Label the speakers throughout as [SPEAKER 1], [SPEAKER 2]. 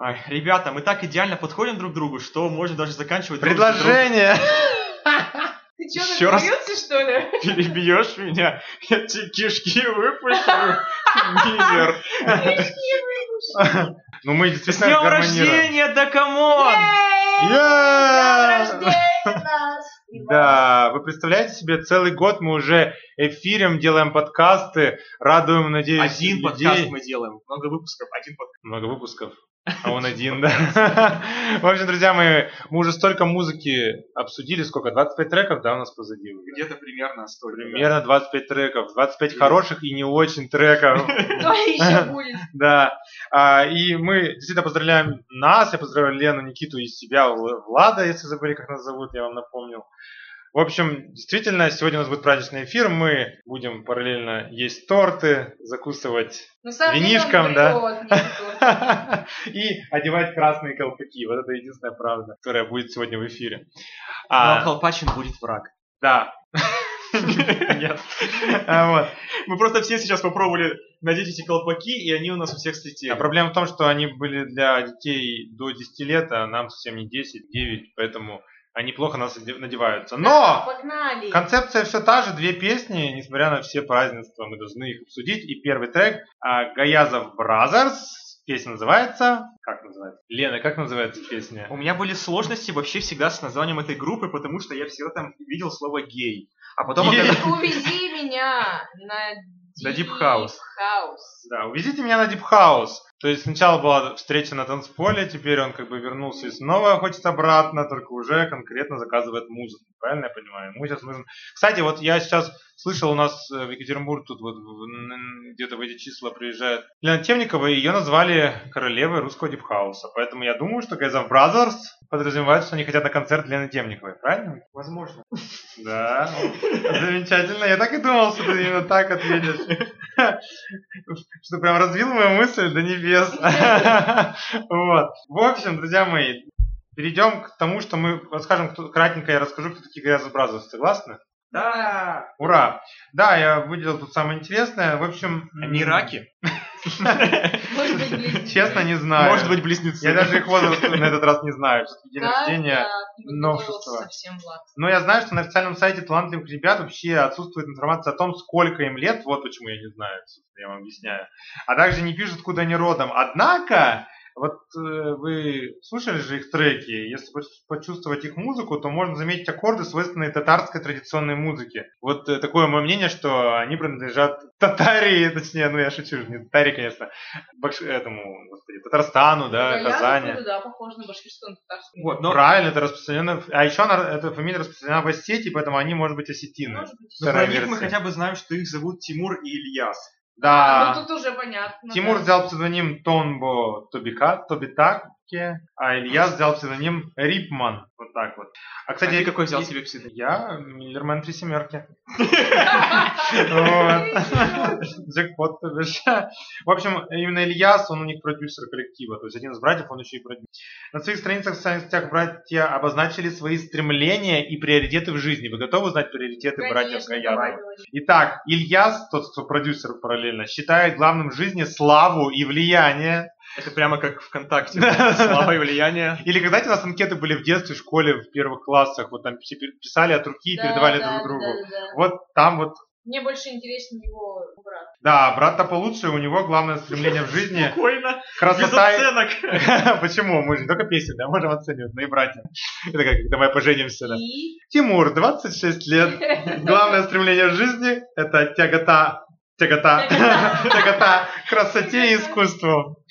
[SPEAKER 1] Ай, ребята, мы так идеально подходим друг к другу, что можно даже заканчивать... друг с другом.
[SPEAKER 2] Предложение!
[SPEAKER 3] Ты что,
[SPEAKER 1] Ещё раз.
[SPEAKER 3] напьёшься, что ли?
[SPEAKER 1] Перебьешь меня, я тебе кишки выпущу. Мизер.
[SPEAKER 2] Ну мы
[SPEAKER 1] С
[SPEAKER 2] действительно
[SPEAKER 1] днем
[SPEAKER 2] гармонируем.
[SPEAKER 1] рождения, да камон!
[SPEAKER 3] Ей!
[SPEAKER 2] Е-е-е!
[SPEAKER 3] С днём рождения нас!
[SPEAKER 2] Да, вы представляете себе, целый год мы уже эфирим, делаем подкасты, радуем, надеюсь,
[SPEAKER 1] Один
[SPEAKER 2] людей.
[SPEAKER 1] подкаст мы делаем, много выпусков, один подкаст.
[SPEAKER 2] Много выпусков, а он один, да. В общем, друзья мои, мы уже столько музыки обсудили, сколько, 25 треков, да, у нас позади уже?
[SPEAKER 1] Где-то примерно столько. да.
[SPEAKER 2] Примерно 25 треков, 25 хороших и не очень треков.
[SPEAKER 3] Кто еще будет?
[SPEAKER 2] Да. А, и мы действительно поздравляем нас, я поздравляю Лену, Никиту и себя, Л- Влада, если забыли, как нас зовут, я вам напомнил. В общем, действительно, сегодня у нас будет праздничный эфир, мы будем параллельно есть торты, закусывать
[SPEAKER 3] Ну, сам
[SPEAKER 2] Винишком,
[SPEAKER 3] Винишком,
[SPEAKER 2] да.
[SPEAKER 3] да?
[SPEAKER 2] и одевать красные колпаки. Вот это единственная правда, которая будет сегодня в эфире.
[SPEAKER 1] Но
[SPEAKER 2] А,
[SPEAKER 1] Колпачин будет враг.
[SPEAKER 2] да. Нет. А, вот.
[SPEAKER 1] Мы просто все сейчас попробовали надеть эти колпаки, и они у нас у всех слетели.
[SPEAKER 2] А проблема в том, что они были для детей до 10 лет, а нам совсем не 10, 9, поэтому они плохо нас оде- надеваются. Но
[SPEAKER 3] Погнали!
[SPEAKER 2] концепция все та же, две песни, несмотря на все празднества, мы должны их обсудить. И первый трек а, Гаязов Бразерс. Песня называется... Как называется? Лена, как называется песня?
[SPEAKER 1] У меня были сложности вообще всегда с названием этой группы, потому что я всегда там видел слово гей. А потом
[SPEAKER 2] Гей.
[SPEAKER 1] оказалось-
[SPEAKER 3] Увези меня на
[SPEAKER 1] На Deep House.
[SPEAKER 3] House.
[SPEAKER 2] Да, увезите меня на Deep House. То есть сначала была встреча на танцполе, теперь он как бы вернулся и снова хочет обратно, только уже конкретно заказывает музыку. Правильно я понимаю? Ему сейчас нужен... Кстати, вот я сейчас слышал, у нас э, в Екатеринбург тут вот в- н- где-то в эти числа приезжает Лена Темникова, и ее назвали королевой русского дипхауса. Поэтому я думаю, что Газов Бразерс подразумевает, что они хотят на концерт Лены Темниковой. Правильно?
[SPEAKER 1] Возможно.
[SPEAKER 2] Да. Замечательно. Я так и думал, что ты именно так ответишь. Что прям развил мою мысль до небес. Вот. В общем, друзья мои, перейдем к тому, что мы расскажем, кто, кратенько я расскажу, кто такие Грязов Бразов. Согласны?
[SPEAKER 1] Да!
[SPEAKER 2] Ура! Да, я выделил тут самое интересное. В общем... м,
[SPEAKER 1] Они раки?
[SPEAKER 3] Может быть, близнецы.
[SPEAKER 2] Честно, не знаю.
[SPEAKER 1] Может быть, близнецы.
[SPEAKER 2] Я даже их возраст на этот раз не знаю. Всё-таки День
[SPEAKER 3] Да,
[SPEAKER 2] рождения
[SPEAKER 3] да, не подготовился
[SPEAKER 2] новшество.
[SPEAKER 3] Совсем Влад.
[SPEAKER 2] Но Ну, я знаю, что на официальном сайте талантливых ребят вообще отсутствует информация о том, сколько им лет. Вот почему я не знаю, собственно, я вам объясняю. А также не пишут, откуда они родом. Однако, вот э, вы слушали же их треки. Если по- почувствовать их музыку, то можно заметить аккорды, свойственные татарской традиционной музыке. Вот э, такое мое мнение, что они принадлежат татарии, точнее, ну я шучу, не татарии, конечно, Бакш- этому, господи, Татарстану, да,
[SPEAKER 3] Гаязов,
[SPEAKER 2] Казани.
[SPEAKER 3] ну Да, похоже на Башкирстан, татарский.
[SPEAKER 1] Вот, но
[SPEAKER 2] Правильно, это распространено. А еще она, эта фамилия распространена в Осетии, поэтому они, может быть, осетины.
[SPEAKER 3] Может быть.
[SPEAKER 1] но Ну, про
[SPEAKER 2] Вторая
[SPEAKER 1] них мы
[SPEAKER 2] версия.
[SPEAKER 1] хотя бы А, знаем, что их зовут Тимур и Ильяс.
[SPEAKER 3] Ну,
[SPEAKER 2] Да.
[SPEAKER 3] тут уже понятно.
[SPEAKER 2] А. Тимур
[SPEAKER 3] да.
[SPEAKER 2] взял псевдоним Тонбо Тобика, Тобитаке, а Илья взял псевдоним Рипман. Вот так вот. А, кстати,
[SPEAKER 1] ты какой взял
[SPEAKER 2] и-
[SPEAKER 1] себе псевдоним?
[SPEAKER 2] Я Миллерман Три Семерки. Вот. Джекпот, то бишь. В общем, именно Ильяс, он у них продюсер коллектива. То есть один из братьев, он еще и продюсер. На своих страницах в социальных сетях братья обозначили свои стремления и приоритеты в жизни. Вы готовы знать приоритеты братьев
[SPEAKER 3] Конечно, давай
[SPEAKER 2] Гаязовых?
[SPEAKER 3] говори.
[SPEAKER 2] Итак, Ильяс, тот, кто продюсер параллельно, считает главным в жизни славу и влияние.
[SPEAKER 1] Это прямо как ВКонтакте.
[SPEAKER 2] Да.
[SPEAKER 1] Слава и влияние.
[SPEAKER 2] Или когда у нас анкеты были в детстве, в школе, в первых классах, вот там все пи- писали от руки и
[SPEAKER 3] Да,
[SPEAKER 2] передавали
[SPEAKER 3] да,
[SPEAKER 2] друг другу.
[SPEAKER 3] да, да, да.
[SPEAKER 2] Вот там вот,
[SPEAKER 3] Мне больше интересен его брат.
[SPEAKER 2] да, брат-то получше, у него главное стремление в жизни
[SPEAKER 1] Спокойно, без
[SPEAKER 2] красота. и-
[SPEAKER 1] оценок.
[SPEAKER 2] Почему? Мы же не только песни, да, можем оценивать, но и братья. Это как давай поженимся. Да.
[SPEAKER 3] И...
[SPEAKER 2] Тимур, 26 лет. Главное стремление в жизни – это тягота, тягота, тягота к красоте и искусству.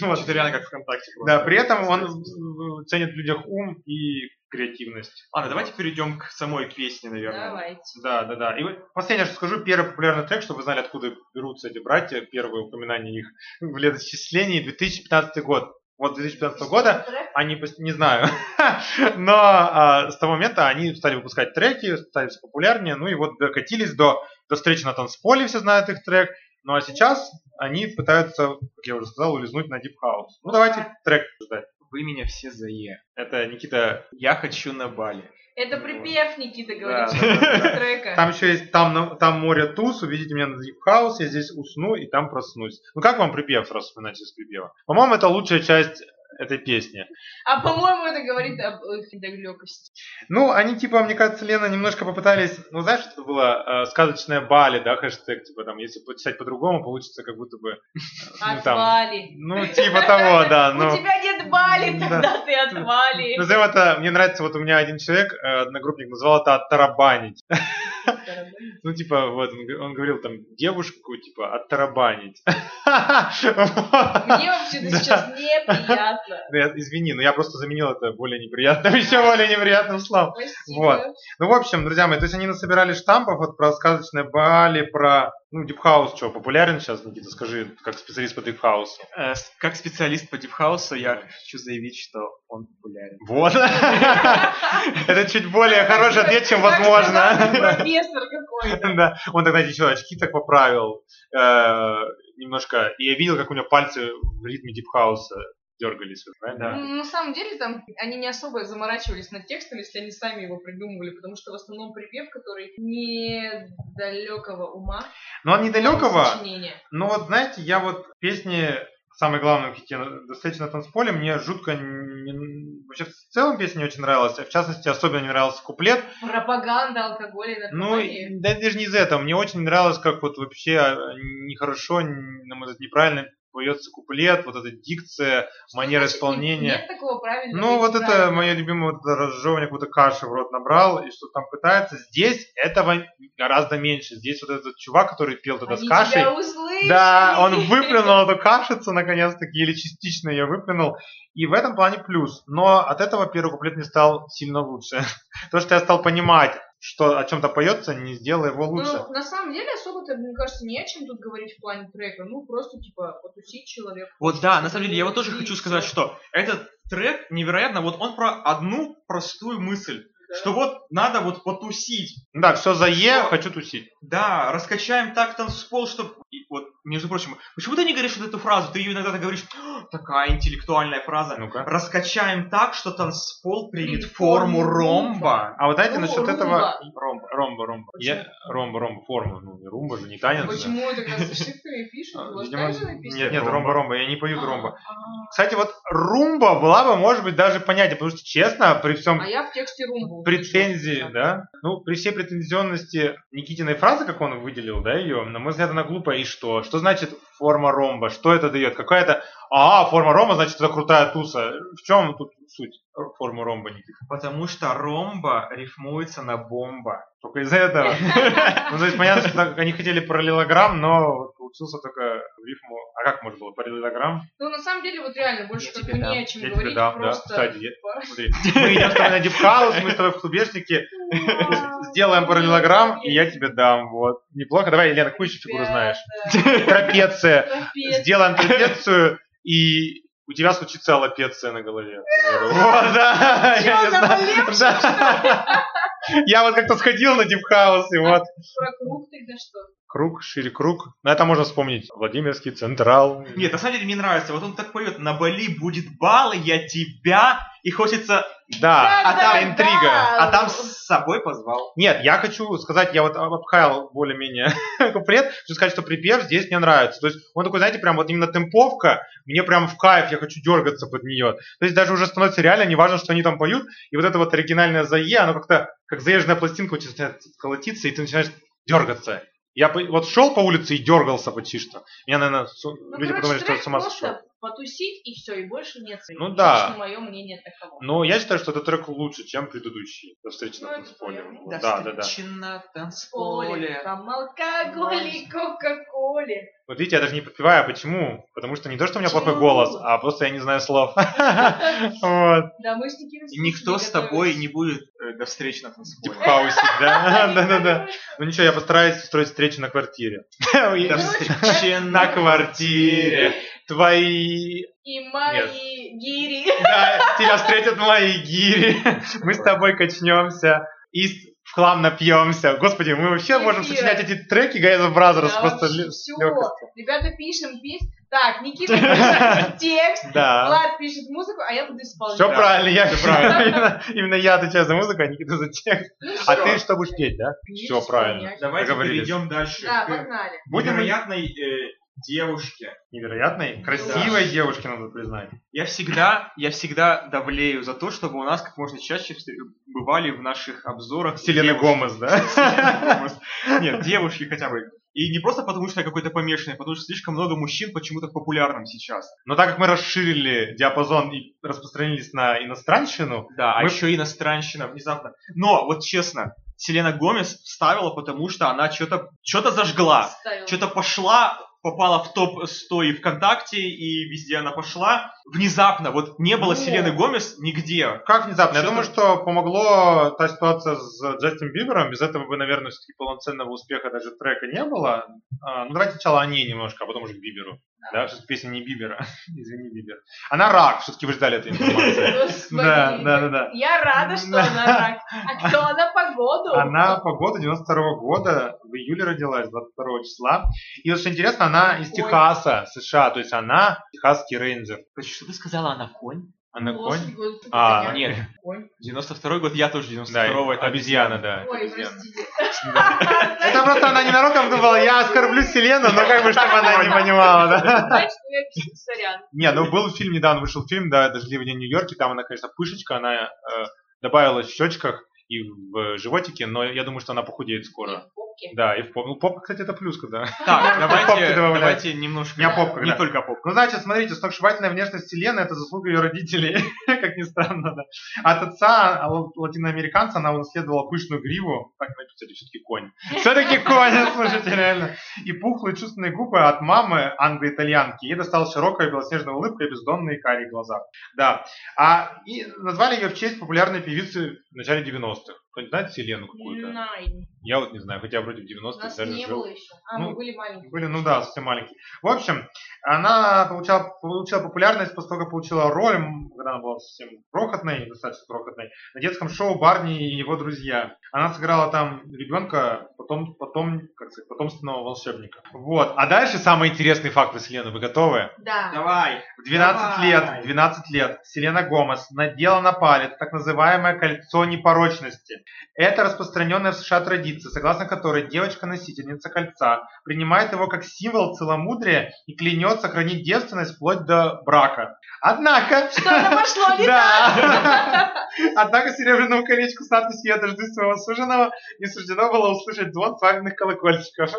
[SPEAKER 2] Вот.
[SPEAKER 1] Это реально как ВКонтакте.
[SPEAKER 2] Да,
[SPEAKER 1] просто.
[SPEAKER 2] при этом он м, ценит в людях ум и креативность.
[SPEAKER 1] Ладно, давайте перейдем к самой песне, наверное.
[SPEAKER 3] Давайте.
[SPEAKER 2] Да, да, да. И вот последнее, что скажу, первый популярный трек, чтобы вы знали, откуда берутся эти братья, первое упоминание их в летосчислении, 2015 год. Вот 2015 года
[SPEAKER 3] Трек?
[SPEAKER 2] они, пос- не знаю, но а, с того момента они стали выпускать треки, стали все популярнее, ну и вот докатились до, до встречи на танцполе, все знают их трек, ну а сейчас они пытаются, как я уже сказал, улизнуть на Deep House. Ну давайте трек ждать.
[SPEAKER 1] Вы меня все за Е.
[SPEAKER 2] Это Никита,
[SPEAKER 1] Я хочу на Бали.
[SPEAKER 3] Это припев, Никита говорит,
[SPEAKER 2] Да,
[SPEAKER 3] что
[SPEAKER 2] да, да,
[SPEAKER 3] это
[SPEAKER 2] да.
[SPEAKER 3] трека.
[SPEAKER 2] Там еще есть там, на- там море туз, увидите меня на Deep House, я здесь усну и там проснусь. Ну как вам припев, раз вы начали с припева? По-моему, это лучшая часть этой песни.
[SPEAKER 3] А по-моему, это говорит об их недалекости.
[SPEAKER 2] Ну, они типа, мне кажется, Лена немножко попытались, ну знаешь, что это было? Э, сказочная Бали, да, хэштег, типа там, если писать по-другому, получится как будто бы, э, ну там,
[SPEAKER 3] Отвали.
[SPEAKER 2] ну типа того, да, ну.
[SPEAKER 3] У тебя нет бали,
[SPEAKER 2] Да.
[SPEAKER 3] тогда ты отвали.
[SPEAKER 2] Назовем это, мне нравится, вот у меня один человек, э, одногруппник, назвал это «оттарабанить». Ну, типа, вот, он г- он говорил там, девушку, типа, оттарабанить.
[SPEAKER 3] Мне вообще-то
[SPEAKER 2] Да.
[SPEAKER 3] сейчас неприятно.
[SPEAKER 2] Ну, я- Извини, но я просто заменил это более неприятным, еще более неприятным словом.
[SPEAKER 3] Спасибо.
[SPEAKER 2] Вот. Ну, в общем, друзья мои, то есть они насобирали штампов вот про сказочное Бали, про, ну, дипхаус, что, популярен сейчас, Никита, скажи, как специалист по дипхаусу.
[SPEAKER 1] Э, с- Как специалист по дипхаусу я хочу заявить, что он популярен.
[SPEAKER 2] Вот. Это чуть более
[SPEAKER 3] Так,
[SPEAKER 2] хороший
[SPEAKER 3] так,
[SPEAKER 2] ответ, чем
[SPEAKER 3] так,
[SPEAKER 2] возможно.
[SPEAKER 3] так, Профессор какой-то.
[SPEAKER 2] Да, он тогда еще очки так поправил э, немножко. И я видел, как у него пальцы в ритме дипхауса дергались, вот, правильно?
[SPEAKER 3] Ну, на самом деле, там они не особо заморачивались над текстом, если они сами его придумывали, потому что в основном припев, который недалекого ума.
[SPEAKER 2] Но от недалекого,
[SPEAKER 3] сочинения.
[SPEAKER 2] но вот знаете, я вот песни самое главное, какие достаточно ну, на танцполе, мне жутко не- вообще в целом песня не очень нравилась, а в частности особенно не нравился куплет.
[SPEAKER 3] Пропаганда алкоголя и
[SPEAKER 2] Ну,
[SPEAKER 3] наркомании.
[SPEAKER 2] да это даже не из этого, мне очень не нравилось, как вот вообще э, нехорошо, н- на мой взгляд, неправильно поется куплет, вот эта дикция, манера
[SPEAKER 3] Значит, нет-
[SPEAKER 2] исполнения.
[SPEAKER 3] Нет такого правильного.
[SPEAKER 2] Ну,
[SPEAKER 3] и
[SPEAKER 2] вот это
[SPEAKER 3] неправильного.
[SPEAKER 2] мое любимое вот это разжевывание, как будто каши в рот набрал, и что там пытается. Здесь этого гораздо меньше. Здесь вот этот чувак, который пел тогда
[SPEAKER 3] Они
[SPEAKER 2] с кашей.
[SPEAKER 3] тебя услышали.
[SPEAKER 2] Да, он выплюнул эту кашицу, наконец-таки, или частично ее выплюнул. И в этом плане плюс. Но от этого первый куплет не стал сильно лучше. То, что я стал понимать, что о чем-то поется, не сделало его лучше.
[SPEAKER 3] Ну, на самом деле, особо-то, мне кажется, не о чем тут говорить в плане трека. Ну, просто, типа, потусить человека.
[SPEAKER 1] Вот да, на самом деле, я вот тоже хочу сказать, что этот трек невероятно, вот он про одну простую мысль, что вот надо вот потусить,
[SPEAKER 2] Ну Да, все за Е,
[SPEAKER 1] Ну,
[SPEAKER 2] хочу тусить.
[SPEAKER 1] Да, раскачаем так танцпол, чтобы... Вот, между прочим, почему ты не говоришь вот эту фразу? Ты ее иногда так говоришь, «О, такая интеллектуальная фраза.
[SPEAKER 2] Ну-ка.
[SPEAKER 1] Раскачаем так, что танцпол примет
[SPEAKER 3] Примет
[SPEAKER 1] форму
[SPEAKER 3] форму
[SPEAKER 1] ромба.
[SPEAKER 2] А вот знаете,
[SPEAKER 3] Ну,
[SPEAKER 2] насчет
[SPEAKER 3] румба.
[SPEAKER 2] этого... Ромба, ромба, ромба.
[SPEAKER 3] Почему? а
[SPEAKER 2] Я- Ромба, ромба, форма. Ну, не румба же, не танец. же.
[SPEAKER 3] Почему тогда с ошибками пишут? У вас
[SPEAKER 2] А, Видимо,
[SPEAKER 3] так же написано?
[SPEAKER 2] нет, нет,
[SPEAKER 1] Ромба.
[SPEAKER 2] ромба, ромба, я не пою ромба.
[SPEAKER 3] А, а.
[SPEAKER 2] Кстати, вот румба была бы, может быть, даже понятнее, потому что, честно, при всем
[SPEAKER 3] А я в тексте румбу.
[SPEAKER 2] претензии,
[SPEAKER 3] услышала.
[SPEAKER 2] да, ну, при всей претензионности Никитиной фразы, как он выделил, да, ее, на мой взгляд, она глупая, и что? Что значит форма ромба? Что это дает? Какая-то, а, форма ромба, значит, это крутая туса. В чем тут суть формы ромба, Никита?
[SPEAKER 1] Потому что ромба рифмуется на бомба.
[SPEAKER 2] Только из-за этого. Ну, то есть, понятно, что они хотели параллелограмм, но вот получился только в рифму. А как можно было? Параллелограмм?
[SPEAKER 3] Ну, на самом деле, вот реально, больше
[SPEAKER 1] Я
[SPEAKER 3] как
[SPEAKER 1] тебе
[SPEAKER 3] бы не
[SPEAKER 1] дам,
[SPEAKER 3] о чем
[SPEAKER 2] я тебе
[SPEAKER 3] говорить.
[SPEAKER 2] дам, да.
[SPEAKER 3] просто...
[SPEAKER 2] Кстати, я- Смотри, мы идем с тобой на дипхаус, мы с тобой в клубешнике, сделаем параллелограмм, и я тебе дам, вот. Неплохо. Давай, Елена, какую еще фигуру знаешь? Трапеция. Сделаем трапецию, и у тебя случится аллопеция на голове. к примеру. Вот, да.
[SPEAKER 3] Чё,
[SPEAKER 2] Я не знаю.
[SPEAKER 3] заболевший,
[SPEAKER 2] Да. Я вот как-то сходил на дипхаус, и вот.
[SPEAKER 3] Про круг тогда что?
[SPEAKER 2] Круг, шире круг. Ну, это можно вспомнить. Владимирский Централ.
[SPEAKER 1] Нет, на самом деле мне нравится. Вот он так поет. На Бали будет бал, я тебя. И хочется...
[SPEAKER 2] Да,
[SPEAKER 1] а там
[SPEAKER 3] Да-да-да.
[SPEAKER 2] интрига.
[SPEAKER 1] А там с собой позвал.
[SPEAKER 2] Нет, я хочу сказать, я вот об- обхаял более-менее куплет, хочу сказать, что припев здесь мне нравится. То есть он такой, знаете, прям вот именно темповка, мне прям в кайф, я хочу дергаться под нее. То есть даже уже становится реально, неважно, что они там поют, и вот это вот оригинальное зае, оно как-то, как заезженная пластинка, очень начинает колотиться, и ты начинаешь дергаться. Я по- вот шел по улице и дергался почти что. Меня, наверное,
[SPEAKER 3] Ну,
[SPEAKER 2] люди
[SPEAKER 3] короче,
[SPEAKER 2] подумали, что я
[SPEAKER 3] трек
[SPEAKER 2] с ума
[SPEAKER 3] просто
[SPEAKER 2] сошел.
[SPEAKER 3] потусить и все, и больше нет. своих.
[SPEAKER 2] Ну да.
[SPEAKER 3] Лично мое мнение таково.
[SPEAKER 2] Но я считаю, что этот трек лучше, чем предыдущий. До встречи на
[SPEAKER 3] Ну, это
[SPEAKER 2] танцполе.
[SPEAKER 3] понятно.
[SPEAKER 2] Вот, Да, да, да.
[SPEAKER 1] встречи на
[SPEAKER 3] Оле,
[SPEAKER 1] танцполе.
[SPEAKER 3] там алкоголь и кока-коле.
[SPEAKER 2] Вот видите, я даже не подпеваю. Почему? Потому что не то, что у меня
[SPEAKER 3] Почему?
[SPEAKER 2] плохой голос, а просто я не знаю слов. Вот.
[SPEAKER 3] Да, мы с Никитой
[SPEAKER 1] И никто с тобой не будет э, до встречи на
[SPEAKER 2] Типа
[SPEAKER 1] танцполе.
[SPEAKER 2] хаосик, да? Да-да-да. Ну ничего, я постараюсь устроить встречу на квартире.
[SPEAKER 1] До
[SPEAKER 2] Я-
[SPEAKER 1] встречи
[SPEAKER 2] На
[SPEAKER 1] на ну,
[SPEAKER 2] квартире твои...
[SPEAKER 3] И мои гири.
[SPEAKER 2] Да, тебя встретят мои гири. Мы с тобой качнемся и с- в хлам напьемся. Господи, мы вообще можем
[SPEAKER 3] Привет.
[SPEAKER 2] сочинять эти треки Гайза Бразерс
[SPEAKER 3] Да,
[SPEAKER 2] просто
[SPEAKER 3] вообще
[SPEAKER 2] ле- с
[SPEAKER 3] всё.
[SPEAKER 2] легкостью.
[SPEAKER 3] Ребята, пишем песню. Так, Никита пишет текст,
[SPEAKER 2] Да.
[SPEAKER 3] Влад пишет музыку, а я буду исполнять.
[SPEAKER 2] Все
[SPEAKER 1] Да.
[SPEAKER 2] правильно, я
[SPEAKER 1] Всё правильно.
[SPEAKER 2] Именно- Именно я отвечаю за музыку, а Никита за текст.
[SPEAKER 3] Ну,
[SPEAKER 2] А
[SPEAKER 3] всё.
[SPEAKER 2] ты что будешь петь, да?
[SPEAKER 3] Пишешь,
[SPEAKER 2] Всё правильно.
[SPEAKER 3] исполняешь.
[SPEAKER 1] Давайте
[SPEAKER 2] Договорились.
[SPEAKER 1] перейдем дальше.
[SPEAKER 3] Да,
[SPEAKER 1] к
[SPEAKER 3] погнали.
[SPEAKER 2] Будем
[SPEAKER 1] невероятной э, девушке.
[SPEAKER 2] Невероятной, красивой девушке, надо признать.
[SPEAKER 1] Я всегда, я всегда давлею за то, чтобы у нас как можно чаще встр- бывали в наших обзорах
[SPEAKER 2] Селена
[SPEAKER 1] девушки.
[SPEAKER 2] Гомес, да?
[SPEAKER 1] Нет, девушки хотя бы. И не просто потому, что я какой-то помешанный, а потому что слишком много мужчин почему-то популярным сейчас.
[SPEAKER 2] Но так как мы расширили диапазон и распространились на иностранщину,
[SPEAKER 1] Да, а
[SPEAKER 2] Мы-
[SPEAKER 1] еще и иностранщина внезапно. Но, вот честно, Селена Гомес вставила, потому что она что-то что-то
[SPEAKER 2] А,
[SPEAKER 1] зажгла.
[SPEAKER 3] Ставила.
[SPEAKER 1] Что-то пошла, попала в топ-100 и ВКонтакте, и везде она пошла. Внезапно, вот не было
[SPEAKER 2] Ну.
[SPEAKER 1] Селены Гомес нигде.
[SPEAKER 2] как внезапно? Я
[SPEAKER 1] Что-то-
[SPEAKER 2] думаю, что помогло та ситуация с Джастин Бибером. Без этого бы, наверное, все-таки полноценного успеха даже трека не было. А, ну, давайте сначала о ней немножко, а потом уже к Биберу. Да, все-таки песня не Бибера. Извини, Бибер. Она рак, все-таки вы ждали этой информации.
[SPEAKER 3] Господи.
[SPEAKER 2] Да, да, да, да.
[SPEAKER 3] Я рада, что
[SPEAKER 2] Да.
[SPEAKER 3] она рак. А кто она погоду?
[SPEAKER 2] Она по году 92 года, в июле родилась, 22 числа. И вот что интересно, она из
[SPEAKER 3] Ой.
[SPEAKER 2] Техаса, США, то есть она техасский рейнджер.
[SPEAKER 1] Что ты сказала, она конь?
[SPEAKER 2] Она
[SPEAKER 3] Лошадь,
[SPEAKER 2] конь?
[SPEAKER 3] господи,
[SPEAKER 2] А,
[SPEAKER 3] я
[SPEAKER 1] Нет,
[SPEAKER 3] конь.
[SPEAKER 1] 92-й год, я тоже
[SPEAKER 2] Да,
[SPEAKER 1] 92-го. это
[SPEAKER 2] обезьяна, да.
[SPEAKER 3] Ой,
[SPEAKER 2] обезьяна.
[SPEAKER 3] простите.
[SPEAKER 2] Это просто она ненароком думала, я оскорблю Селену, но как бы, чтобы она не понимала, да.
[SPEAKER 3] Знаешь, что я пишу, сорян.
[SPEAKER 2] Не, ну был фильм, недавно вышел фильм, да, «Дождливый день в Нью-Йорке», там она, конечно, пышечка, она э, добавила в щечках и в э, животике, но я думаю, что она похудеет скоро.
[SPEAKER 3] Попки.
[SPEAKER 2] Да, и в поп- Ну, попка, кстати, это плюс, когда.
[SPEAKER 1] Так,
[SPEAKER 2] Попки
[SPEAKER 1] давайте,
[SPEAKER 2] добавлять.
[SPEAKER 1] давайте немножко...
[SPEAKER 2] У меня попка,
[SPEAKER 1] Не
[SPEAKER 2] да.
[SPEAKER 1] только попка.
[SPEAKER 2] Ну, значит, смотрите, сногсшибательная внешность Селены – это заслуга ее родителей, как ни странно, да. От отца а, л- латиноамериканца она унаследовала пышную гриву, так написали, все-таки конь. Все-таки конь, слушайте, реально. И пухлые чувственные губы от мамы англо-итальянки. Ей досталась широкая белоснежная улыбка и бездонные карие глаза. Да. А и назвали ее в честь популярной певицы в начале 90-х. Кто-нибудь знает Селену какую-то?
[SPEAKER 3] Найн.
[SPEAKER 2] Я вот не знаю, хотя вроде в
[SPEAKER 3] У
[SPEAKER 2] 90-х
[SPEAKER 3] нас
[SPEAKER 2] даже
[SPEAKER 3] не
[SPEAKER 2] жил.
[SPEAKER 3] было еще. А, мы
[SPEAKER 2] Ну,
[SPEAKER 3] были маленькие.
[SPEAKER 2] Были, ну да, совсем маленькие. В общем, она получала, получила популярность после того, как получила роль, м, когда она была совсем крохотной, достаточно крохотной, на детском шоу «Барни и его друзья». Она сыграла там ребенка, потом, потом, как сказать, потомственного волшебника. Вот. А дальше самый интересный факт про Селену. Вы готовы?
[SPEAKER 3] Да.
[SPEAKER 1] Давай.
[SPEAKER 2] В 12
[SPEAKER 1] Давай.
[SPEAKER 2] лет, в 12 лет Селена Гомес надела на палец так называемое кольцо непорочности. Это распространенная в США традиция, согласно которой девочка-носительница кольца принимает его как символ целомудрия и клянется хранить девственность вплоть до брака. Однако...
[SPEAKER 3] Что-то пошло не так.
[SPEAKER 2] Да. Однако серебряному колечку с надписью «Я дождусь своего суженого» не суждено было услышать звон свадебных колокольчиков.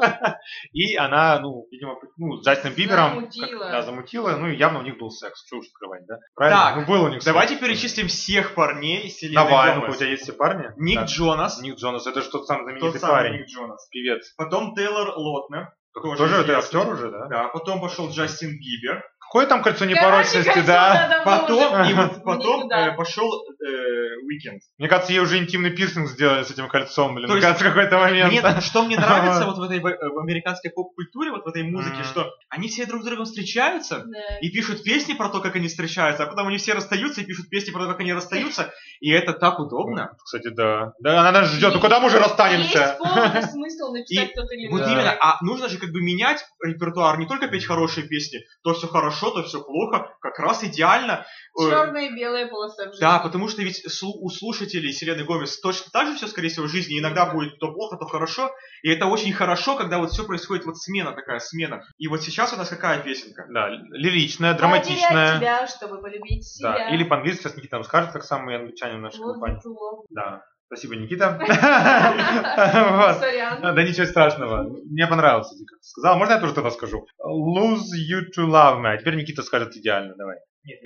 [SPEAKER 2] И она, ну, видимо, ну, с Джастином Бибером как-
[SPEAKER 3] Замутила.
[SPEAKER 2] да, замутила, ну и явно у них был секс, что уж скрывать, да? Правильно?
[SPEAKER 1] Так,
[SPEAKER 2] ну, был у них
[SPEAKER 1] Давайте
[SPEAKER 2] секс.
[SPEAKER 1] перечислим всех парней Селены
[SPEAKER 2] Давай, ну-ка, у
[SPEAKER 1] Гомес.
[SPEAKER 2] тебя есть все парни?
[SPEAKER 1] Ник
[SPEAKER 2] Да.
[SPEAKER 1] Джонас.
[SPEAKER 2] Ник Джонас, это же тот самый
[SPEAKER 1] Тот
[SPEAKER 2] знаменитый
[SPEAKER 1] самый
[SPEAKER 2] парень,
[SPEAKER 1] Ник Джонас.
[SPEAKER 2] певец.
[SPEAKER 1] Потом Тейлор Лотнер. Тоже
[SPEAKER 2] Тоже это
[SPEAKER 1] известный.
[SPEAKER 2] актер уже, да?
[SPEAKER 1] Да, потом пошел Джастин Бибер.
[SPEAKER 2] Какое там кольцо
[SPEAKER 3] Короче,
[SPEAKER 2] непорочности,
[SPEAKER 3] кольцо
[SPEAKER 2] да?
[SPEAKER 3] надо было
[SPEAKER 1] Потом,
[SPEAKER 2] а.
[SPEAKER 3] уже.
[SPEAKER 1] и вот
[SPEAKER 2] Ну,
[SPEAKER 1] потом
[SPEAKER 3] Никуда.
[SPEAKER 1] э, пошел э, Уикенд.
[SPEAKER 2] Мне кажется, ей уже интимный пирсинг сделали с этим кольцом, блин.
[SPEAKER 1] То
[SPEAKER 2] Мне
[SPEAKER 1] есть-
[SPEAKER 2] кажется, в какой-то момент.
[SPEAKER 1] Мне, что мне
[SPEAKER 2] Ага.
[SPEAKER 1] нравится вот в этой в- в американской поп-культуре, вот в этой музыке,
[SPEAKER 2] Мгм.
[SPEAKER 1] что они все друг с другом встречаются,
[SPEAKER 3] Да.
[SPEAKER 1] и пишут песни про то, как они встречаются, а потом они все расстаются и пишут песни про то, как они расстаются, и это так удобно.
[SPEAKER 2] Кстати, да. Да, она нас ждет. Ну куда мы уже расстанемся?
[SPEAKER 3] Есть повод и смысл написать кто-то или
[SPEAKER 1] Вот
[SPEAKER 2] Да.
[SPEAKER 1] именно, а нужно же как бы менять репертуар, не только петь хорошие песни, то все хорошо, то все плохо, как раз идеально. Э,
[SPEAKER 3] Черная и белая полоса в жизни.
[SPEAKER 1] Да, потому что ведь слу- у слушателей Селены Гомес точно так же все, скорее всего, в жизни. Иногда будет то плохо, то хорошо. И это очень хорошо, когда вот все происходит, вот смена такая, смена. И вот сейчас у нас какая песенка?
[SPEAKER 2] Да, лиричная,
[SPEAKER 3] Потерять
[SPEAKER 2] драматичная.
[SPEAKER 3] тебя, чтобы полюбить себя.
[SPEAKER 2] Да, или по-английски сейчас Никита нам скажет, как самый англичанин в нашей
[SPEAKER 3] Вот
[SPEAKER 2] компании.
[SPEAKER 3] зло.
[SPEAKER 2] Да. Спасибо, Никита. Вот.
[SPEAKER 3] Сорян.
[SPEAKER 2] А, Да ничего страшного. Мне понравился, ты как сказал. Можно я тоже тогда скажу? Lose you to love me. А теперь Никита скажет идеально, давай.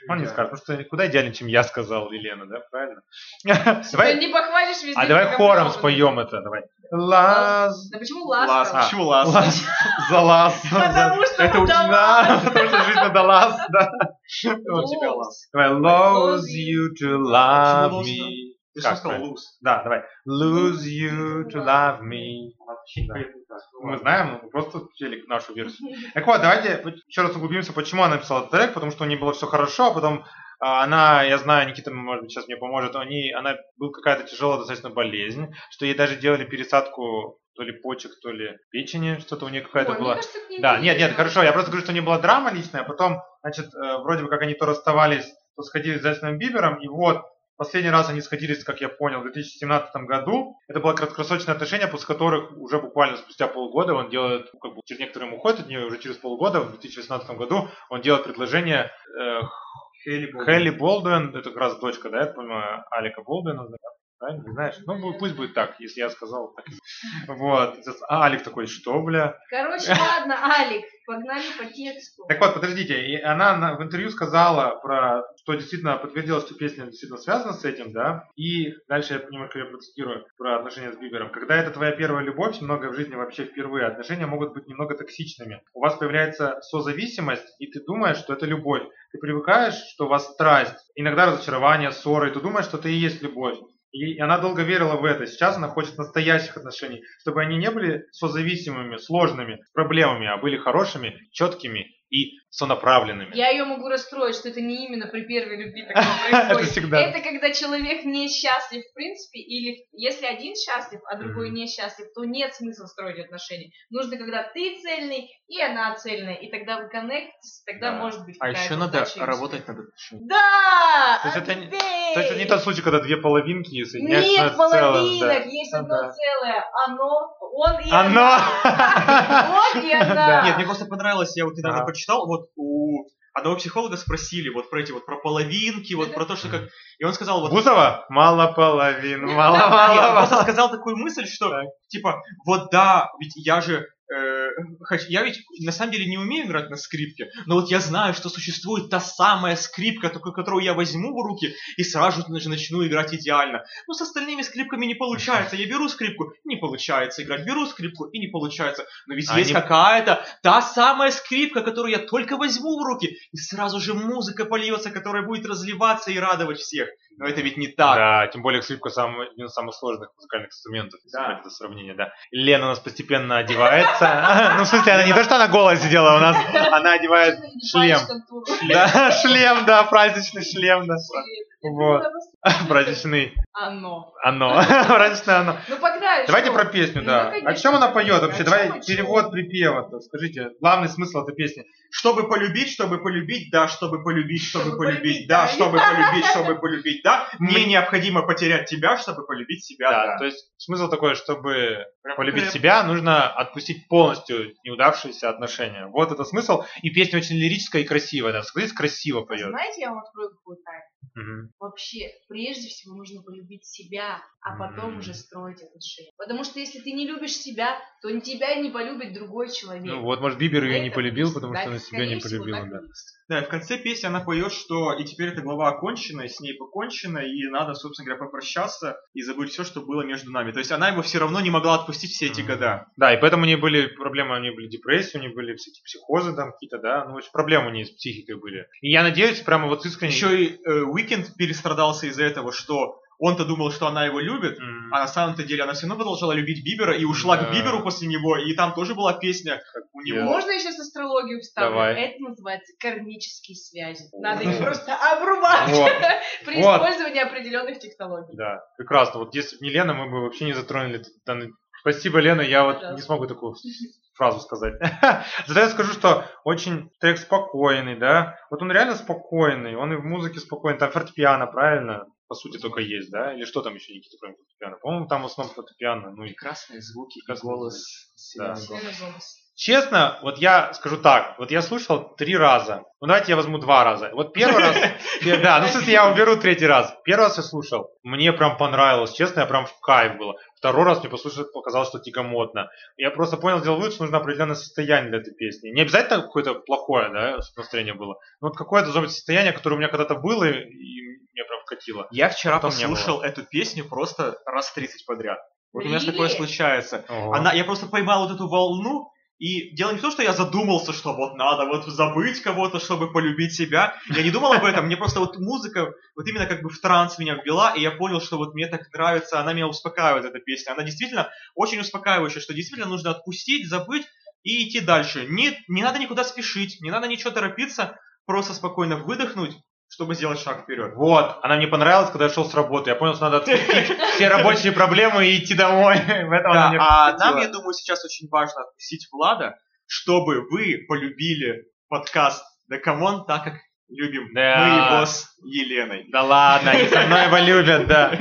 [SPEAKER 2] Он не скажет, потому что куда идеальнее, чем я сказал, Елена, да? Правильно?
[SPEAKER 3] Ты
[SPEAKER 2] Давай,
[SPEAKER 3] не похвалишь везде.
[SPEAKER 2] а давай
[SPEAKER 3] как
[SPEAKER 2] хором
[SPEAKER 3] образованный.
[SPEAKER 2] споем это, давай. Лаз,
[SPEAKER 3] Да почему
[SPEAKER 1] Лас.
[SPEAKER 3] ласка?
[SPEAKER 2] А.
[SPEAKER 1] Почему лас?
[SPEAKER 2] лаз, за лаз.
[SPEAKER 3] Потому что
[SPEAKER 2] Это у тебя,
[SPEAKER 3] удалась.
[SPEAKER 2] потому что жизнь удалась, да.
[SPEAKER 1] Почему у тебя лас?
[SPEAKER 2] Давай, lose you to love
[SPEAKER 1] Почему
[SPEAKER 2] me.
[SPEAKER 1] Ты
[SPEAKER 2] Как
[SPEAKER 1] что сказал,
[SPEAKER 2] правильно?
[SPEAKER 1] луз?
[SPEAKER 2] Да, давай. Lose you to love me.
[SPEAKER 1] Вообще не
[SPEAKER 2] Да.
[SPEAKER 1] поэтому так. Ну
[SPEAKER 2] Мы
[SPEAKER 1] ладно.
[SPEAKER 2] знаем, мы просто телек нашу версию. Так вот, давайте еще раз углубимся, почему она написала этот трек, потому что у нее было все хорошо, а потом а, она, я знаю, Никита, может быть, сейчас мне поможет, они, она была какая-то тяжелая достаточно болезнь, что ей даже делали пересадку то ли почек, то ли печени, что-то у нее какая-то
[SPEAKER 3] Ой, мне
[SPEAKER 2] была.
[SPEAKER 3] кажется, это
[SPEAKER 2] Да, нет, нет,
[SPEAKER 3] неинтересно.
[SPEAKER 2] хорошо, я просто говорю, что у нее была драма личная, а потом, значит, э, вроде бы как они то расставались, то сходили с Джастином Бибером, и вот Последний раз они сходились, как я понял, в 2017 году. Это было краткосрочное отношение, после которых уже буквально спустя полгода он делает, ну, как бы через некоторые уходят от нее, уже через полгода, в 2018 году, он делает предложение э,
[SPEAKER 1] Хелли Болдуин.
[SPEAKER 2] Хелли Болдуин, это как раз дочка, да, я так понимаю, Алика Болдуина, да, правильно, ты знаешь? Ну, бу- пусть будет так, если я сказал так. Вот. А Алик такой, что, бля?
[SPEAKER 3] Короче, ладно, Алик, погнали по тексту.
[SPEAKER 2] Так вот, подождите, и она на- в интервью сказала про, что действительно подтвердилось, что песня действительно связана с этим, да? И дальше я немножко ее процитирую про отношения с Бибером. Когда это твоя первая любовь, многое в жизни вообще впервые, отношения могут быть немного токсичными. У вас появляется созависимость, и ты думаешь, что это любовь. Ты привыкаешь, что у вас страсть, иногда разочарование, ссоры, и ты думаешь, что ты и есть любовь. И она долго верила в это. Сейчас она хочет настоящих отношений, чтобы они не были созависимыми, сложными, с проблемами, а были хорошими, четкими и сонаправленными.
[SPEAKER 3] Я ее могу расстроить, что это не именно при первой любви такое
[SPEAKER 2] Это
[SPEAKER 3] происходит.
[SPEAKER 2] всегда.
[SPEAKER 3] Это когда человек не счастлив в принципе, или если один счастлив, а другой
[SPEAKER 2] Мгм.
[SPEAKER 3] не счастлив, то нет смысла строить отношения. Нужно, когда ты цельный и она цельная, и тогда вы коннектитесь, тогда
[SPEAKER 2] Да.
[SPEAKER 3] может быть
[SPEAKER 1] А
[SPEAKER 3] какая-то
[SPEAKER 1] еще надо
[SPEAKER 3] удача и
[SPEAKER 1] работать
[SPEAKER 3] успех.
[SPEAKER 1] над отношениями.
[SPEAKER 3] Да!
[SPEAKER 2] То есть это не-
[SPEAKER 3] Андрей!
[SPEAKER 2] То есть это не тот случай, когда две половинки соединяются
[SPEAKER 3] Нет
[SPEAKER 2] в целом,
[SPEAKER 3] половинок, есть
[SPEAKER 2] Да, Ну
[SPEAKER 3] одно
[SPEAKER 2] да.
[SPEAKER 3] целое. Оно, он и
[SPEAKER 2] Оно!
[SPEAKER 3] она. Он и она.
[SPEAKER 2] Да.
[SPEAKER 1] Нет, мне просто понравилось, я вот недавно
[SPEAKER 2] Ага.
[SPEAKER 1] прочитал, вот у одного психолога спросили вот про эти вот, про половинки, вот про то, что как... И он сказал
[SPEAKER 2] да.
[SPEAKER 1] вот...
[SPEAKER 2] Бузова? Мало половин, мало,
[SPEAKER 1] Нет, он
[SPEAKER 2] мало,
[SPEAKER 1] просто
[SPEAKER 2] мало.
[SPEAKER 1] сказал такую мысль, что
[SPEAKER 2] Так.
[SPEAKER 1] типа, вот да, ведь я же э, хоч- я ведь на самом деле не умею играть на скрипке, но вот я знаю, что существует та самая скрипка, такую, которую я возьму в руки и сразу же начну играть идеально. Но с остальными скрипками не получается. Я беру скрипку, не получается играть. Беру скрипку и не получается. Но ведь
[SPEAKER 2] А
[SPEAKER 1] есть
[SPEAKER 2] не-
[SPEAKER 1] какая-то та самая скрипка, которую я только возьму в руки, и сразу же музыка польется, которая будет разливаться и радовать всех. Но это ведь не так.
[SPEAKER 2] Да, тем более скрипка самый, один из самых сложных музыкальных инструментов, если
[SPEAKER 1] Да.
[SPEAKER 2] брать это сравнение, да. Лена у нас постепенно одевается. Ну, в смысле, она не то, что она голая сидела у нас, она одевает шлем. Да, шлем, да, праздничный шлем, да. Вот, праздничный
[SPEAKER 3] Оно.
[SPEAKER 2] оно. Праздничное оно.
[SPEAKER 3] Ну погнали.
[SPEAKER 2] Давайте
[SPEAKER 3] что?
[SPEAKER 2] про песню,
[SPEAKER 3] Ну,
[SPEAKER 2] да.
[SPEAKER 3] конечно.
[SPEAKER 2] О чем она поет вообще?
[SPEAKER 3] О чём, о
[SPEAKER 2] Давай
[SPEAKER 3] чём?
[SPEAKER 2] перевод припева. Скажите, главный смысл этой песни.
[SPEAKER 1] Чтобы полюбить, чтобы полюбить, да, чтобы полюбить, чтобы,
[SPEAKER 3] Чтобы
[SPEAKER 1] полюбить,
[SPEAKER 3] полюбить,
[SPEAKER 1] да,
[SPEAKER 3] да.
[SPEAKER 1] чтобы полюбить, чтобы полюбить, да. Мне
[SPEAKER 2] Мы-
[SPEAKER 1] необходимо потерять тебя, чтобы полюбить себя, да.
[SPEAKER 2] Да, то есть смысл такой, чтобы
[SPEAKER 1] Прям
[SPEAKER 2] полюбить
[SPEAKER 1] прям-
[SPEAKER 2] себя, нужно отпустить полностью неудавшиеся отношения. Вот это смысл. И песня очень лирическая и красивая. Да, смотрите, красиво поет.
[SPEAKER 3] Знаете, я вам открою какую тайну. Вообще, прежде всего нужно полюбить себя, а потом
[SPEAKER 2] М.
[SPEAKER 3] уже строить отношения. Потому что если ты не любишь себя, то тебя не полюбит другой человек.
[SPEAKER 2] Ну вот, может, Бибер ее не
[SPEAKER 3] Это
[SPEAKER 2] полюбил,
[SPEAKER 3] просто
[SPEAKER 2] потому
[SPEAKER 3] так,
[SPEAKER 2] что она себя
[SPEAKER 3] скорее
[SPEAKER 2] не
[SPEAKER 3] всего,
[SPEAKER 2] полюбила.
[SPEAKER 3] так и
[SPEAKER 2] да.
[SPEAKER 3] есть.
[SPEAKER 1] Да, и в конце песни она поет, что и теперь эта глава окончена, и с ней покончено, и надо, собственно говоря, попрощаться и забыть все, что было между нами. То есть она его все равно не могла отпустить все эти
[SPEAKER 2] Мгм.
[SPEAKER 1] года.
[SPEAKER 2] Да, и поэтому у нее были проблемы, у нее были депрессии, у нее были всякие психозы там какие-то, да. Ну, в общем, проблемы у нее с психикой были. И я надеюсь, прямо вот искренне...
[SPEAKER 1] Еще и э, Уикенд перестрадался из-за этого, что он-то думал, что она его любит,
[SPEAKER 2] М,
[SPEAKER 1] а на самом-то деле она все равно продолжала любить Бибера и ушла
[SPEAKER 2] Да.
[SPEAKER 1] к Биберу после него, и там тоже была песня у
[SPEAKER 2] я-
[SPEAKER 1] него.
[SPEAKER 3] Можно я сейчас астрологию вставлю?
[SPEAKER 2] Давай.
[SPEAKER 3] Это называется кармические связи. Надо их просто обрубать
[SPEAKER 2] Вот.
[SPEAKER 3] при
[SPEAKER 2] Вот.
[SPEAKER 3] использовании определенных технологий.
[SPEAKER 2] Да, прекрасно. Вот если бы не Лена, мы бы вообще не затронули этот данный... Спасибо, Лена, я вот не
[SPEAKER 3] Пожалуйста.
[SPEAKER 2] смогу такую фразу сказать. Зато я скажу, что очень трек спокойный, да. Вот он реально спокойный, он и в музыке спокойный. Там фортепиано, правильно? По сути, только есть, да? Или что там еще, Никита, кроме фортепиано? По-моему, там в основном фортепиано. Ну и
[SPEAKER 1] Прекрасные звуки и
[SPEAKER 2] Прекрасные
[SPEAKER 1] голос Селены
[SPEAKER 2] Да.
[SPEAKER 1] Гомес.
[SPEAKER 3] Селена Гомес.
[SPEAKER 2] Честно, вот я скажу так, вот я слушал три раза. Ну давайте я возьму два раза. Вот первый раз, пе- да, ну в смысле я уберу третий раз. Первый раз я слушал, мне прям понравилось, честно, я прям в кайф было. Второй раз мне послушать показалось, что тягомотно. Я просто понял, сделал вывод, что нужно определенное состояние для этой песни. Не обязательно какое-то плохое, да, чтоб настроение было. Но вот какое-то должно быть состояние, которое у меня когда-то было, и, и меня прям вкатило.
[SPEAKER 1] Я вчера
[SPEAKER 2] Потом не
[SPEAKER 1] послушал эту песню просто раз 30 подряд. Вот у меня ж такое
[SPEAKER 3] Really?
[SPEAKER 1] случается. Она, я просто поймал вот эту волну, и дело не в том, что я задумался, что вот надо вот забыть кого-то, чтобы полюбить себя. Я не думал об этом, мне просто вот музыка вот именно как бы в транс меня ввела, и я понял, что вот мне так нравится, она меня успокаивает, эта песня. Она действительно очень успокаивающая, что действительно нужно отпустить, забыть и идти дальше. Не, не надо никуда спешить, не надо ничего торопиться, просто спокойно выдохнуть, чтобы сделать шаг вперед.
[SPEAKER 2] Вот, она мне понравилась, когда я шел с работы. Я понял, что надо отпустить все рабочие проблемы и идти домой. В этом она
[SPEAKER 1] Да,
[SPEAKER 2] мне
[SPEAKER 1] а
[SPEAKER 2] вкатила.
[SPEAKER 1] нам, я думаю, сейчас очень важно отпустить Влада, чтобы вы полюбили подкаст The Come On так, как любим. Мы
[SPEAKER 2] Да.
[SPEAKER 1] его с Еленой.
[SPEAKER 2] Да ладно, они со мной его любят, да.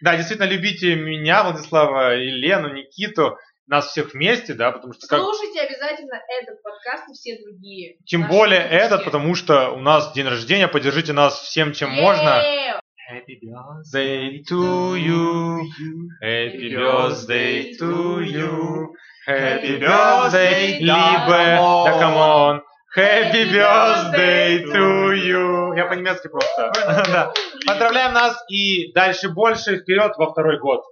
[SPEAKER 2] Да, действительно, любите меня, Владислава, Елену, Никиту, нас всех вместе, да, потому что как...
[SPEAKER 3] Слушайте обязательно этот подкаст и все другие.
[SPEAKER 2] Тем
[SPEAKER 3] Наши
[SPEAKER 2] более
[SPEAKER 3] выпуски.
[SPEAKER 2] этот, потому что у нас день рождения, поддержите нас всем, чем можно.
[SPEAKER 3] Э,
[SPEAKER 2] Happy birthday to you, happy birthday to you, happy birthday, Либе, да камон, happy birthday to you. Я по-немецки просто. Да. Поздравляем нас и дальше больше, вперед во второй год.